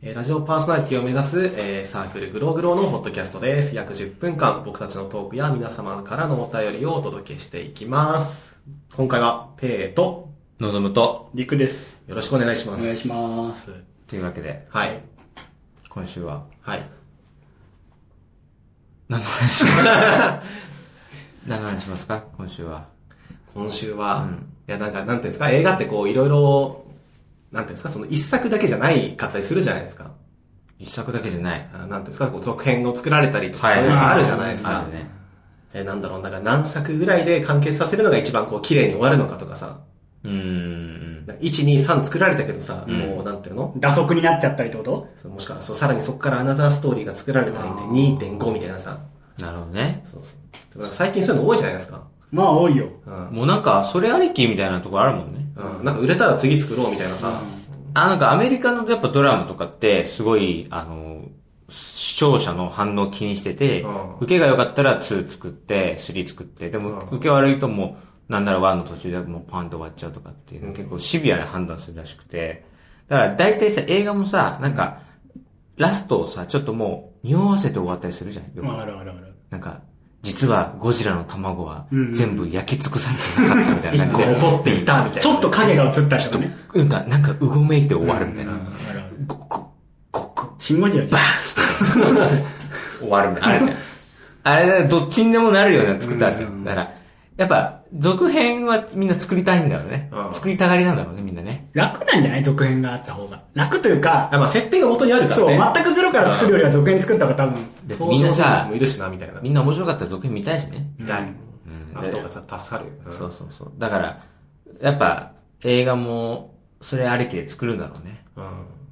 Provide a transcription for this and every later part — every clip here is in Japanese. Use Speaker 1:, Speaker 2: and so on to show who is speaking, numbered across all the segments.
Speaker 1: えーラジオパーソナリティを目指す、えーサークルグローグローのホットキャストです。約10分間僕たちのトークや皆様からのお便りをお届けしていきます。今回はペイと
Speaker 2: 望むと。
Speaker 3: りくです。
Speaker 1: よろしくお願いしま
Speaker 3: お
Speaker 1: す。
Speaker 3: 願いします。
Speaker 1: す。
Speaker 2: というわけで、
Speaker 1: はい。
Speaker 2: 今週は、
Speaker 1: はい。
Speaker 2: 何の話します 何の話しますか今週は。
Speaker 1: 今週は、
Speaker 2: うん
Speaker 1: いや、なんか、なんていうんですか、映画ってこう、いろいろ、なんていうんですか、その一作だけじゃないかったりするじゃないですか。
Speaker 2: 一作だけじゃない。
Speaker 1: あなんていうんですか、こう続編を作られたりとか、そういうのがあるじゃないです
Speaker 2: あ
Speaker 1: か
Speaker 2: る。ね。
Speaker 1: えーなんだろう、なんか何作ぐらいで完結させるのが一番こう、綺麗に終わるのかとかさ、
Speaker 2: うーん。
Speaker 1: なんか1、2、3作られたけどさ、
Speaker 2: うん
Speaker 1: もう、なんていうの
Speaker 3: 打足になっちゃったりってこと
Speaker 1: そうもしくは、そう、さらにそこからアナザーストーリーが作られたりで
Speaker 3: あー
Speaker 1: 2.5みたいなさ、
Speaker 2: なるほどね。
Speaker 1: そうそう。でもなんか最近そういうの多いじゃないですか。
Speaker 3: まあ多いよ。
Speaker 1: うん。
Speaker 2: もうなんか、それありきみたいなとこあるもんね。
Speaker 1: うん、なんか売れたら次作ろうみたいなさ、
Speaker 2: あ、なんかアメリカのやっぱドラマとかって、すごい、あの、視聴者の反応気にしてて、
Speaker 1: うん
Speaker 2: 受けが良かったら2作って、3作って、でも
Speaker 1: うん
Speaker 2: 受け悪いともう、なんなら1の途中でもうパンと終わっちゃうとかってい
Speaker 1: う
Speaker 2: うの
Speaker 1: ん
Speaker 2: 結構シビアな判断するらしくて、だから大体さ、映画もさ、なんか、ラストをさ、ちょっともう、匂わせて終わったりするじゃん。よく
Speaker 3: まああるあるある。
Speaker 2: なんか、実はゴジラの卵は
Speaker 3: うんうん
Speaker 2: 全部焼き尽くされてなかったみたいな。
Speaker 1: 1 個
Speaker 2: なんか
Speaker 1: 怒っていたみたいな。
Speaker 3: ちょっと影が映ったり
Speaker 2: ちょっ
Speaker 3: と
Speaker 2: と
Speaker 3: かね。、
Speaker 2: なんか、なんかうごめいて終わるみたいな。
Speaker 3: うんあるある
Speaker 2: ごごごご
Speaker 3: シンゴジラじゃん。
Speaker 2: 終わるみたいな。あれじゃん。あれだ、どっちにでもなるような作ったじゃ。
Speaker 3: うんん
Speaker 2: だから、やっぱ、続編はみんな作りたいんだろうね
Speaker 1: う。ん
Speaker 2: 作りたがりなんだろうね、みんなね。
Speaker 3: 楽なんじゃない続編があった方が。楽というか、
Speaker 1: あまあ、設定が元にあるから
Speaker 3: そう、
Speaker 1: ね。
Speaker 3: 全くゼロから作るよりは続編作った方が多分。
Speaker 2: だって
Speaker 1: 登
Speaker 2: みん
Speaker 1: 場
Speaker 2: な
Speaker 1: 人物
Speaker 2: さ
Speaker 1: も、いるしな、みたいな。
Speaker 2: みんな面白かったら続編見たいしね。
Speaker 1: みたい。
Speaker 2: うん
Speaker 1: あとかた助かるよ。うん
Speaker 2: そうそうそう。だから、やっぱ、映画も、それありきで作るんだろうね。
Speaker 1: うん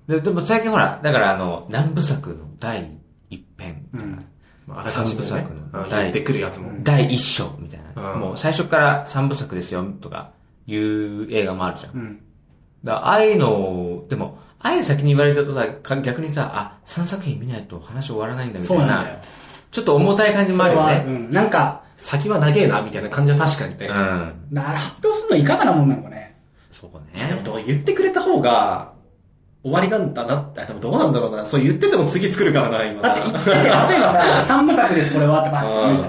Speaker 2: ででも最近ほら、だからあの、南部作の第一編みたいな、
Speaker 3: うん
Speaker 1: まあ、あらかじめ
Speaker 2: 三
Speaker 1: ね
Speaker 2: 部
Speaker 1: う
Speaker 2: 作、の
Speaker 1: ん言ってくるやつも。
Speaker 2: 第一章みたいな、
Speaker 1: うん
Speaker 2: もう最初から三部作ですよ、とか、いう映画もあるじゃん。
Speaker 3: うん。
Speaker 2: だからああいうのを、でも、ああいうの先に言われちゃうとさ、か逆にさ、あ、3作品見ないと話終わらないんだみた
Speaker 3: そう
Speaker 2: い
Speaker 3: なん
Speaker 2: な、
Speaker 3: だよ。
Speaker 2: ちょっと重たい感じもあるよ
Speaker 3: それ
Speaker 2: ね。
Speaker 3: はうん。なんか、
Speaker 1: 先は長えな、みたいな感じは確かにね。
Speaker 2: うん。
Speaker 3: なら発表するのいかがなもんなのかね。
Speaker 2: そう
Speaker 1: でも
Speaker 2: ね。
Speaker 1: どう言ってくれた方が、終わりなんだなって、あでもどうなんだろうな。そう言ってても次作るからな、今。
Speaker 3: だって言ってて、例えばさ、三部作ですこれはとか言うじゃん。そし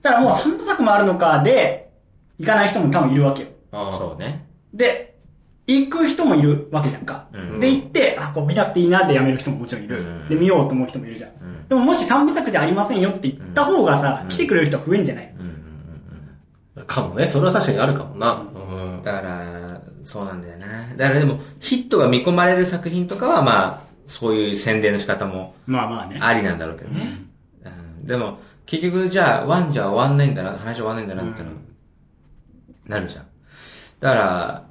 Speaker 3: たらもう三部作もあるのかで、行かない人も多分いるわけよ。
Speaker 1: そ
Speaker 2: そうね。
Speaker 3: で、行く人もいるわけじゃんか。
Speaker 2: うん
Speaker 3: で、行って、あ、こう見なくていいなってやめる人ももちろんいる。
Speaker 2: うん
Speaker 3: で、見ようと思う人もいるじゃん。
Speaker 2: うん。
Speaker 3: でももし三部作じゃありませんよって言った方がさ、
Speaker 2: うん
Speaker 3: 来てくれる人は増えんじゃない
Speaker 2: うんうんうん
Speaker 1: う。かもね、それは確かにあるかもな。うん
Speaker 2: うん。だから、そうなんだよな。だからでも、ヒットが見込まれる作品とかは、まあ、そういう宣伝の仕方も
Speaker 3: まあまあね。
Speaker 2: ありなんだろうけどね。うん。でも、結局、じゃあ、ワンじゃ終わんないんだな、話終わんないんだな、みたいな
Speaker 3: うん
Speaker 2: なるじゃん。だから、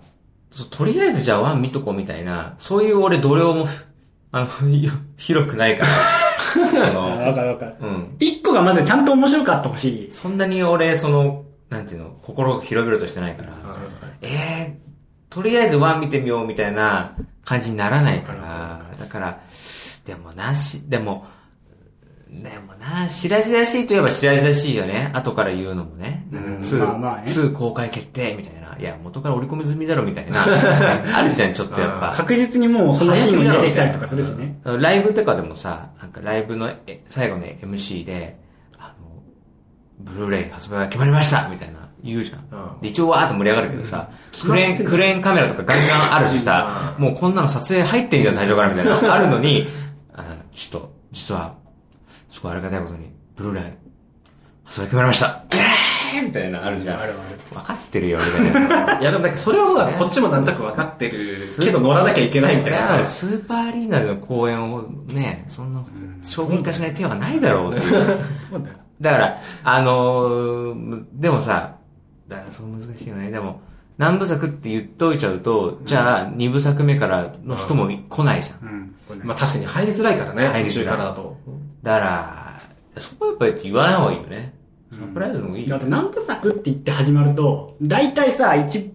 Speaker 2: そうとりあえずじゃあワン見とこうみたいな、そういう俺度量も、あの、 よ広くない から、そ
Speaker 3: あ
Speaker 2: の、
Speaker 3: わかるわかる。
Speaker 2: うん。
Speaker 3: 一個がまずちゃんと面白かったほしい。
Speaker 2: そんなに俺、その、なんていうの、心を広々としてないから、えー、とりあえずワン見てみようみたいな感じにならないか
Speaker 3: わ
Speaker 2: ら、だから、でもなし、でも、でもな、白々しいといえば白々しいよね。後から言うのもね。なんか
Speaker 1: うん
Speaker 2: 2、
Speaker 3: まあまあね
Speaker 2: 2公開決定みたいな。いや、元から織り込み済みだろみた いな。あるじゃん、ちょっとやっぱ。
Speaker 3: 確実にもうそのシーンに出てきたりとかするしね。
Speaker 2: ライブとかでもさ、なんかライブのえ最後の MC で、あの、ブルーレイ発売が決まりましたみたいな言うじゃん。
Speaker 1: うん
Speaker 2: で、一応わーっと盛り上がるけどさ、
Speaker 1: ん
Speaker 2: クレーン、クレーンカメラとかガンガンあるしさ、もうこんなの撮影入ってんじゃん、最初からみたいな。あるのに、あのちょっと、実は、すごいありがたいことに、ブルーレイ発売決まりましたえーみたいなのあるじゃん。
Speaker 3: ある
Speaker 2: 分かってるよ、みたいな。
Speaker 1: いや、でもなんかそれはもうなんかこっちもなんとなく分かってるけど乗らなきゃいけないみたいな
Speaker 2: そりゃ
Speaker 1: さ。
Speaker 2: スーパーアリーナでの公演をね、そんな商品化しない手はないだろうっていう
Speaker 3: そうだよ。
Speaker 2: だから、あのーでもさ、だからそう難しいよね。でも、何部作って言っといちゃうと、じゃあ2部作目からの人も来ないじゃん。
Speaker 3: うん。
Speaker 1: まあ確かに入りづらいからね、
Speaker 2: 入り
Speaker 1: 途
Speaker 2: づらい
Speaker 1: 中からだと。
Speaker 2: だから、そこはやっぱり言わない方がいいよね。サプライズもいい
Speaker 3: だ
Speaker 2: よ。
Speaker 3: って何部作って言って始まると、大体さ、一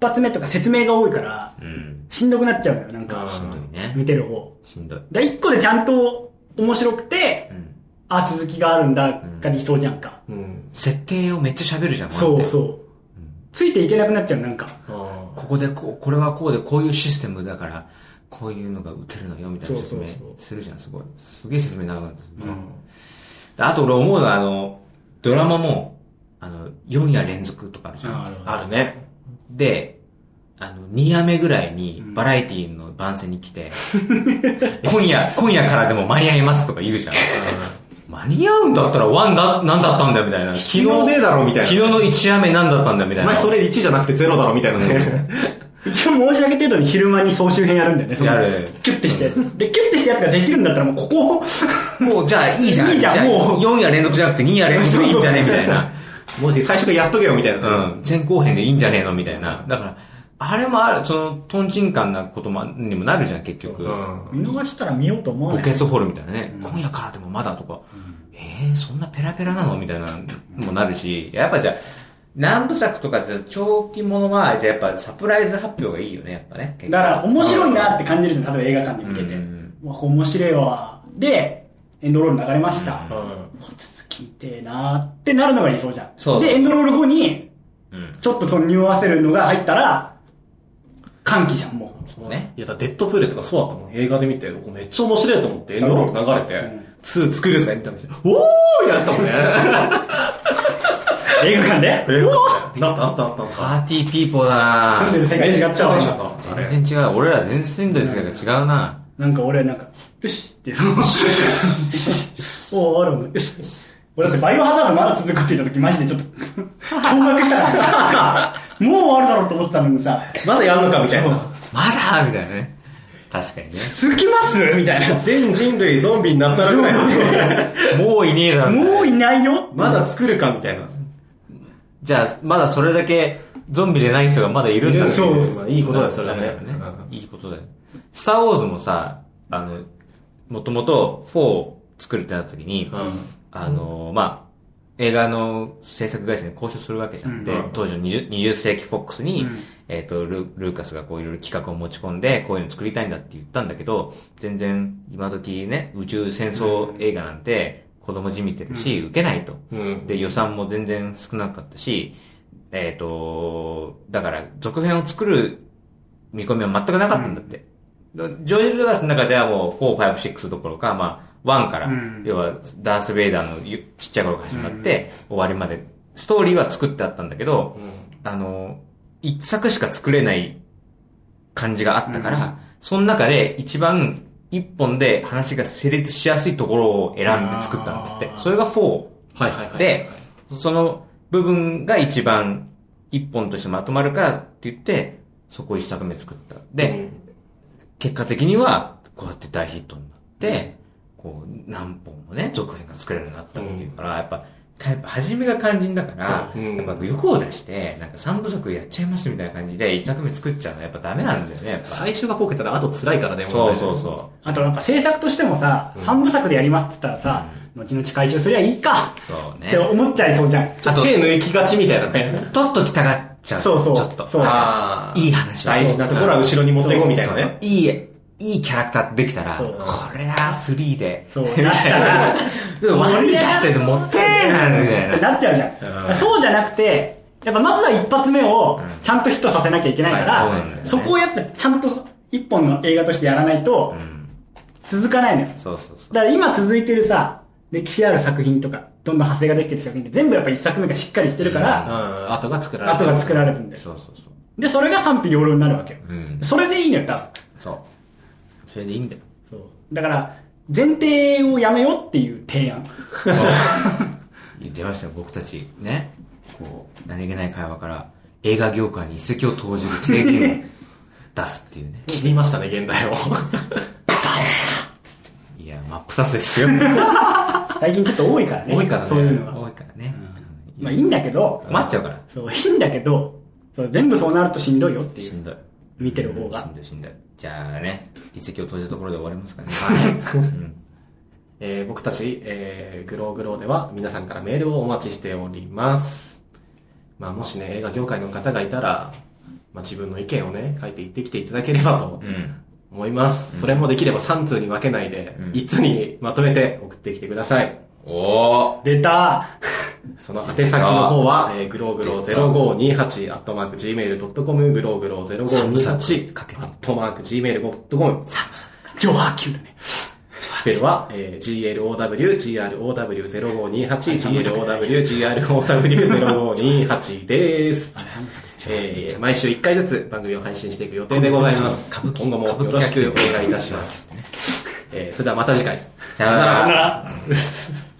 Speaker 3: 発目とか説明が多いから、
Speaker 2: うん。
Speaker 3: しんどくなっちゃうのよ、なん
Speaker 1: う
Speaker 2: し
Speaker 3: か。
Speaker 2: んどいね。
Speaker 3: 見てる方。
Speaker 2: しんどい。
Speaker 3: で、一個でちゃんと面白くて、
Speaker 2: うん。
Speaker 3: あ、続きがあるんだが理想じゃんか。
Speaker 1: うん。
Speaker 2: 設定をめっちゃ喋るじゃん、
Speaker 3: そう
Speaker 2: う。
Speaker 3: そう。ついていけなくなっちゃう、なんか。
Speaker 1: あ
Speaker 2: ここでこう、これはこうで、こういうシステムだから、こういうのが打てるのよみたいな説明
Speaker 1: そうそうそう
Speaker 2: するじゃん、すごい。すげえ説明長くなって
Speaker 1: う
Speaker 2: る
Speaker 1: ん。
Speaker 2: であと俺思うのは、あの、ドラマも、あの、4夜連続とかあるじゃん。
Speaker 3: ある
Speaker 1: あるね。
Speaker 2: で、あの、2夜目ぐらいに
Speaker 3: うん
Speaker 2: バラエティの番宣に来て、今 夜、今夜からでも間に合いますとか言うじゃん。間に合うんだったら1だ、なんだったんだよみたいな。昨
Speaker 1: 昨日ねえだろみたい
Speaker 2: 昨日
Speaker 1: な。
Speaker 2: の1夜目なんだったんだみた
Speaker 1: お
Speaker 2: いな。
Speaker 1: 前それ1じゃなくて0だろみたいなね。
Speaker 3: 一応申し上げ程度に昼間に総集編やるんだよね、その
Speaker 2: やる
Speaker 3: キュッてして。で、キュッてしたやつができるんだったらもうここを
Speaker 2: もうじゃあいいじゃん。
Speaker 3: いいじゃんもう
Speaker 2: 4夜連続じゃなくて2夜連続いいんじゃねみたい な。
Speaker 1: もし最初からやっとけよみたいな。
Speaker 2: うん。前後編でいいんじゃねえのみたいな。だから、あれもある、その、トンチンカンなこともにもなるじゃん、結局。
Speaker 1: うん。
Speaker 3: 見逃したら見ようと思わ
Speaker 2: 墓
Speaker 3: ない。
Speaker 2: 穴掘るみたいなね、
Speaker 3: うん
Speaker 2: 今夜からでもまだとか、えー、そんなペラペラなのみたいなのもなるし、やっぱじゃあ、南部作とかじゃ長期ものは、じゃあやっぱサプライズ発表がいいよね、やっぱね。
Speaker 3: だから面白いなって感じるじゃん、例えば映画館で見てて。
Speaker 2: うん
Speaker 3: うわ、面白いわ。で、エンドロール流れました。
Speaker 2: う
Speaker 3: も
Speaker 2: ん
Speaker 3: う続き見てえなーってなるのが理想じゃん。
Speaker 2: そうそう
Speaker 3: で、エンドロール後に、
Speaker 2: うん。
Speaker 3: ちょっとその匂わせるのが入ったら、歓喜じゃん、もう。
Speaker 2: うね
Speaker 1: いや、だからデッドプレイとかそうだったもん。映画で見て、ここめっちゃ面白いと思って、エンドロール流れて
Speaker 3: うん、
Speaker 1: 2作るぜみたいな。おーやったもんね。
Speaker 3: 映画館で
Speaker 1: えなったなったなったなっ
Speaker 2: パーティーピーポーだな
Speaker 3: 住んでる世界違っちゃうわ。
Speaker 1: た。
Speaker 2: 全然違う。俺ら全然住んでる世界が違うな。
Speaker 3: なんか俺なんか、よしって その、おおあるもん、よし。俺だってバイオハザードまだ続くって言った時マジでちょっと驚愕したから。もう終わるだろうと思ってたのにさ、
Speaker 1: まだやんのかみたいな。
Speaker 2: まだみたいなね。確かに
Speaker 3: 続きますみたいな。
Speaker 1: 全人類ゾンビになったらぐらいの。
Speaker 2: ね。もういねえだろ。
Speaker 3: もういないよ
Speaker 1: まだ作るかみたいな。
Speaker 2: じゃあ、まだそれだけゾンビじゃない人がまだいるんだってい
Speaker 1: いるそうまあいいことだよそれはね
Speaker 2: なるよいいことだよ。スター・ウォーズもさ、あの、もともと4を作るってなった時に、あの、まあ、映画の制作会社に交渉するわけじゃん。
Speaker 3: うん
Speaker 2: で、当時の 20, 20世紀フォックスに、
Speaker 3: うん
Speaker 2: えっ、とル、ルーカスがこういろいろ企画を持ち込んで、こういうの作りたいんだって言ったんだけど、全然今時ね、宇宙戦争映画なんて子供じみてるし、受けないと。
Speaker 1: うん。
Speaker 2: で、予算も全然少なかったし、えっ、と、だから、続編を作る見込みは全くなかったんだって。ジョージ・ルーカスの中ではもう、4、5、6どころか、まあ、1から、
Speaker 3: うん
Speaker 2: 要は、ダース・ベイダーのゆちっちゃい頃から始まって、終わりまで、ストーリーは作ってあったんだけど、あの、一作しか作れない感じがあったから、
Speaker 3: うん
Speaker 2: その中で一番一本で話が成立しやすいところを選んで作ったんだって
Speaker 3: あ。ー
Speaker 2: それが4。
Speaker 1: はいはいはい。
Speaker 2: で、その部分が一番一本としてまとまるからって言って、そこを一作目作った。で、結果的には、こうやって大ヒットになって、こう、何本もね、続編が作れるようになったっていうから、やっぱ、やっぱ初めが肝心だから、
Speaker 1: そううん
Speaker 2: やっぱ欲を出して、なんか三部作やっちゃいますみたいな感じで、一作目作っちゃうのやっぱダメなんだよね、やっぱ。
Speaker 1: 最初がこけたらあと辛いからね、
Speaker 2: そうそう
Speaker 1: う。
Speaker 2: そ
Speaker 3: あとやっぱ制作としてもさ、三部作でやりますって言ったらさ、後々回収すりゃいいか
Speaker 2: う。そう
Speaker 3: って
Speaker 2: ね。
Speaker 3: 思っ ちゃいそうじゃん。
Speaker 1: ちょっと手抜きがちみたいなね。
Speaker 2: ちょっと来たがっちゃう。
Speaker 3: そうそう
Speaker 2: ちょっと。
Speaker 3: そう
Speaker 1: あー
Speaker 2: いい話を
Speaker 1: 大事なところは後ろに持っていこうみたいなね。
Speaker 2: いい、いいキャラクターできたら、
Speaker 3: そう
Speaker 2: これは3で。
Speaker 3: そう出したら
Speaker 2: でも悪い出しといてもったいないみた
Speaker 3: って
Speaker 2: いな。
Speaker 3: なっちゃうじゃん、
Speaker 1: うん
Speaker 3: そうじゃなくてやっぱまずは一発目をちゃんとヒットさせなきゃいけないから、
Speaker 2: はいそうなんだよね
Speaker 3: そこをやっぱちゃんと一本の映画としてやらないと
Speaker 2: うん
Speaker 3: 続かないのよ
Speaker 2: そうそうそう。
Speaker 3: だから今続いてるさ歴史ある作品とかどんどん派生ができてる作品って全部やっぱ一作目がしっかりしてるか
Speaker 1: うん。
Speaker 3: ら、
Speaker 1: 後が作られて
Speaker 3: 後が作られるんだよ
Speaker 2: そうそうそう。
Speaker 3: でそれが賛否両論になるわけよ、
Speaker 2: うん
Speaker 3: それでいいのよ多分
Speaker 2: そう。それでいいんだよ。
Speaker 3: そうだから前提をやめようっていう 提案
Speaker 2: 出ましたよ、僕たち。ね。こう、何気ない会話から映画業界に一石を投じる提言を出すっていうね。
Speaker 1: 切りましたね、現代を。
Speaker 2: いや、真っ二つ ですよ。
Speaker 3: 最近ちょっと多いからね
Speaker 1: 多いからね
Speaker 3: そういうのが
Speaker 2: 多いからね。
Speaker 3: まあいいんだけど
Speaker 2: 困っちゃうから。
Speaker 3: そう、いいんだけど、そう全部そうなるとしんどいよってい
Speaker 2: し
Speaker 3: う。
Speaker 2: んどい。
Speaker 3: 見てる方が
Speaker 2: しんどいしんどい。じゃあね、一石を投じたところで終わりますかね。 はい。
Speaker 1: えー僕たち、えーグローグローでは皆さんからメールをお待ちしております。まあ、もしね、映画業界の方がいたら、まあ、自分の意見をね、書いて言ってきていただければと
Speaker 2: うん。
Speaker 1: 思います。それもできれば3通に分けないで、
Speaker 2: うん
Speaker 1: 1通にまとめて送ってきてください。
Speaker 2: おー
Speaker 3: 出た
Speaker 1: その宛先の方は、えー、グローグロー0528アットマーク Gmail.com、グローグロー0528アットマーク Gmail.com、
Speaker 3: 上波球だね。
Speaker 1: スペルは、えー、GLOWGROW0528、GLOWGROW0528 です。えー、毎週1回ずつ番組を配信していく予定でございます。今後もよろしくお願いいたします。えー、それではまた次回。
Speaker 2: さよなら
Speaker 3: だから、
Speaker 1: さよなら